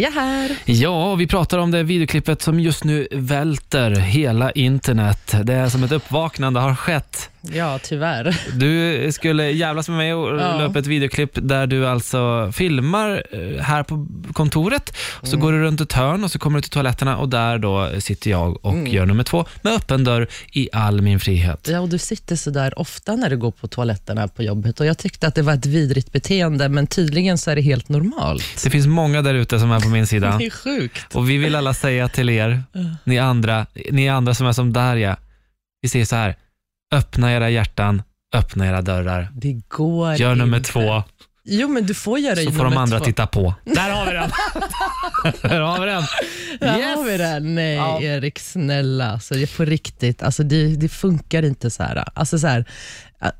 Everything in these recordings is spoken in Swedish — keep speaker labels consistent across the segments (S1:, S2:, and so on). S1: Jag är här.
S2: Ja, vi pratar om det videoklippet som just nu välter hela internet. Det är som ett uppvaknande har skett.
S1: Ja, tyvärr.
S2: Du skulle jävlas med mig och
S1: Ja.
S2: la upp ett videoklipp där du alltså filmar eh, här på kontoret, så går du runt ett hörn och så kommer du till toaletterna och där då sitter jag och gör nummer två med öppen dörr i all min frihet.
S1: Ja, och du sitter så där ofta när du går på toaletterna på jobbet och jag tyckte att det var ett vidrigt beteende, men tydligen så är det helt normalt.
S2: Det finns många där ute som är på min sida.
S1: Det är sjukt.
S2: Och vi vill alla säga till er, ni andra, ni andra som är som Darja, vi säger så här, öppna era hjärtan, öppna era dörrar.
S1: Det går
S2: Gör nummer
S1: inte.
S2: två,
S1: Jo, men du får göra
S2: så
S1: ju
S2: får de
S1: nummer
S2: andra
S1: två.
S2: titta på. Där har vi den! Där har vi den!
S1: Där
S2: Yes!
S1: har vi det. Nej,
S2: Ja.
S1: Erik, snälla. Alltså, det är på riktigt. Alltså, det, det funkar inte så här. Alltså, så här. äh,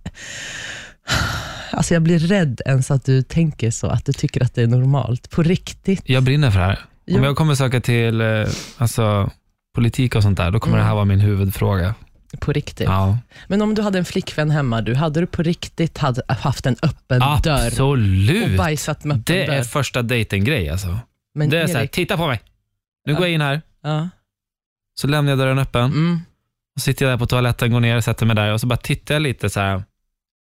S1: Alltså, jag blir rädd ens att du tänker så, att du tycker att det är normalt. På riktigt.
S2: Jag brinner för det här. Om
S1: Jo.
S2: jag kommer söka till eh, alltså, politik och sånt där, då
S1: Mm.
S2: kommer det här vara min huvudfråga.
S1: På riktigt.
S2: Ja.
S1: Men om du hade en flickvän hemma, du hade du på riktigt hade haft en öppen dörr och
S2: Absolut!
S1: bajsat med öppen
S2: Det
S1: dörr?
S2: är första dejtinggrej alltså.
S1: Men
S2: det är så här,
S1: Erik,
S2: titta på mig! Nu går jag in här,
S1: ja.
S2: så lämnar jag dörren öppen.
S1: mm.
S2: Och sitter jag där på toaletten, går ner, sätter mig där och så bara tittar jag lite så här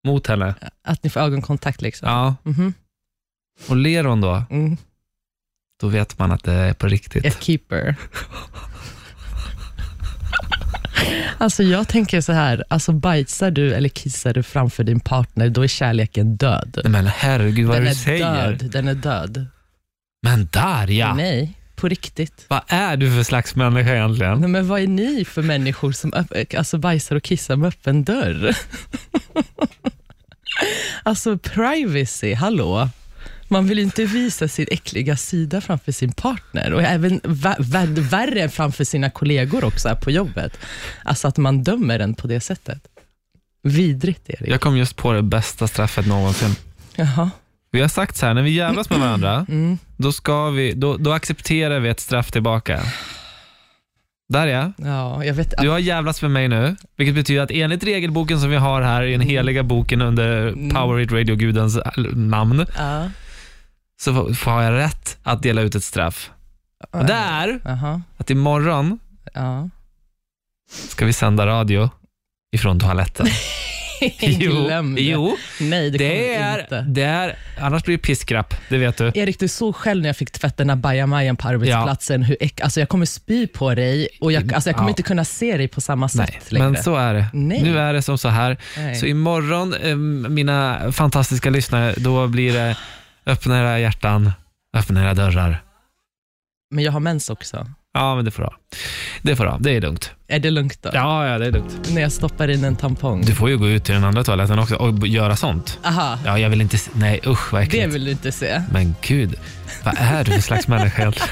S2: mot henne.
S1: Att ni får ögonkontakt liksom?
S2: Ja,
S1: Mhm.
S2: och ler hon då,
S1: Mm.
S2: då vet man att det är på
S1: A
S2: riktigt.
S1: keeper. Alltså jag tänker så här, alltså bajsar du eller kissar du framför din partner, då är kärleken död.
S2: Nej, men herregud vad
S1: Den
S2: du
S1: är
S2: säger.
S1: död. Den är död.
S2: Men Darja,
S1: Nej, på riktigt.
S2: vad är du för slags människa egentligen?
S1: Nej, men vad är ni för människor som öpp- alltså bajsar och kissar med öppen dörr? alltså privacy, hallå? Man vill ju inte visa sin äckliga sida framför sin partner och även va- va- värre framför sina kollegor också här på jobbet. Alltså att man dömer den på det sättet. Vidrigt, Erik.
S2: Jag kom just på det bästa straffet någonsin.
S1: Jaha.
S2: Vi har sagt så här, när vi jävlas med varandra,
S1: Mm.
S2: då, ska vi, då, då accepterar vi ett straff tillbaka. Darja,
S1: Ja, jag vet.
S2: du har jävlats med mig nu, vilket betyder att enligt regelboken som vi har här i den
S1: Mm.
S2: heliga boken under Power Hit Radio-gudens äh, namn,
S1: Ja.
S2: så f- får- har jag rätt att dela ut ett straff. Och det är
S1: Jaha.
S2: att imorgon
S1: Ja.
S2: ska vi sända radio ifrån toaletten.
S1: Glöm det.
S2: jo
S1: Nej, det,
S2: det,
S1: kommer du
S2: är,
S1: inte.
S2: det är, annars blir det piskrapp, det vet du.
S1: Erik, du såg själv när jag fick tvätta den här bajamajan på arbetsplatsen. Hur äck, alltså jag kommer spy på dig och jag, alltså jag kommer
S2: Ja.
S1: inte kunna se dig på samma sätt
S2: Nej,
S1: längre.
S2: men så är det.
S1: Nej.
S2: Nu är det som så här.
S1: Nej.
S2: Så imorgon, eh, mina fantastiska lyssnare, då blir det öppna era hjärtan, öppna era dörrar.
S1: Men jag har mens också.
S2: Ja, men det får du ha. Det får du ha. Det är lugnt.
S1: Är det lugnt då?
S2: Ja, ja, det är lugnt.
S1: När jag stoppar in en tampong?
S2: Du får ju gå ut till den andra toaletten också och b- göra sånt.
S1: Aha,
S2: Ja, jag vill inte... s- Nej, usch vad äckligt.
S1: det vill du inte se.
S2: Men gud, vad är du för slags människa egentligen?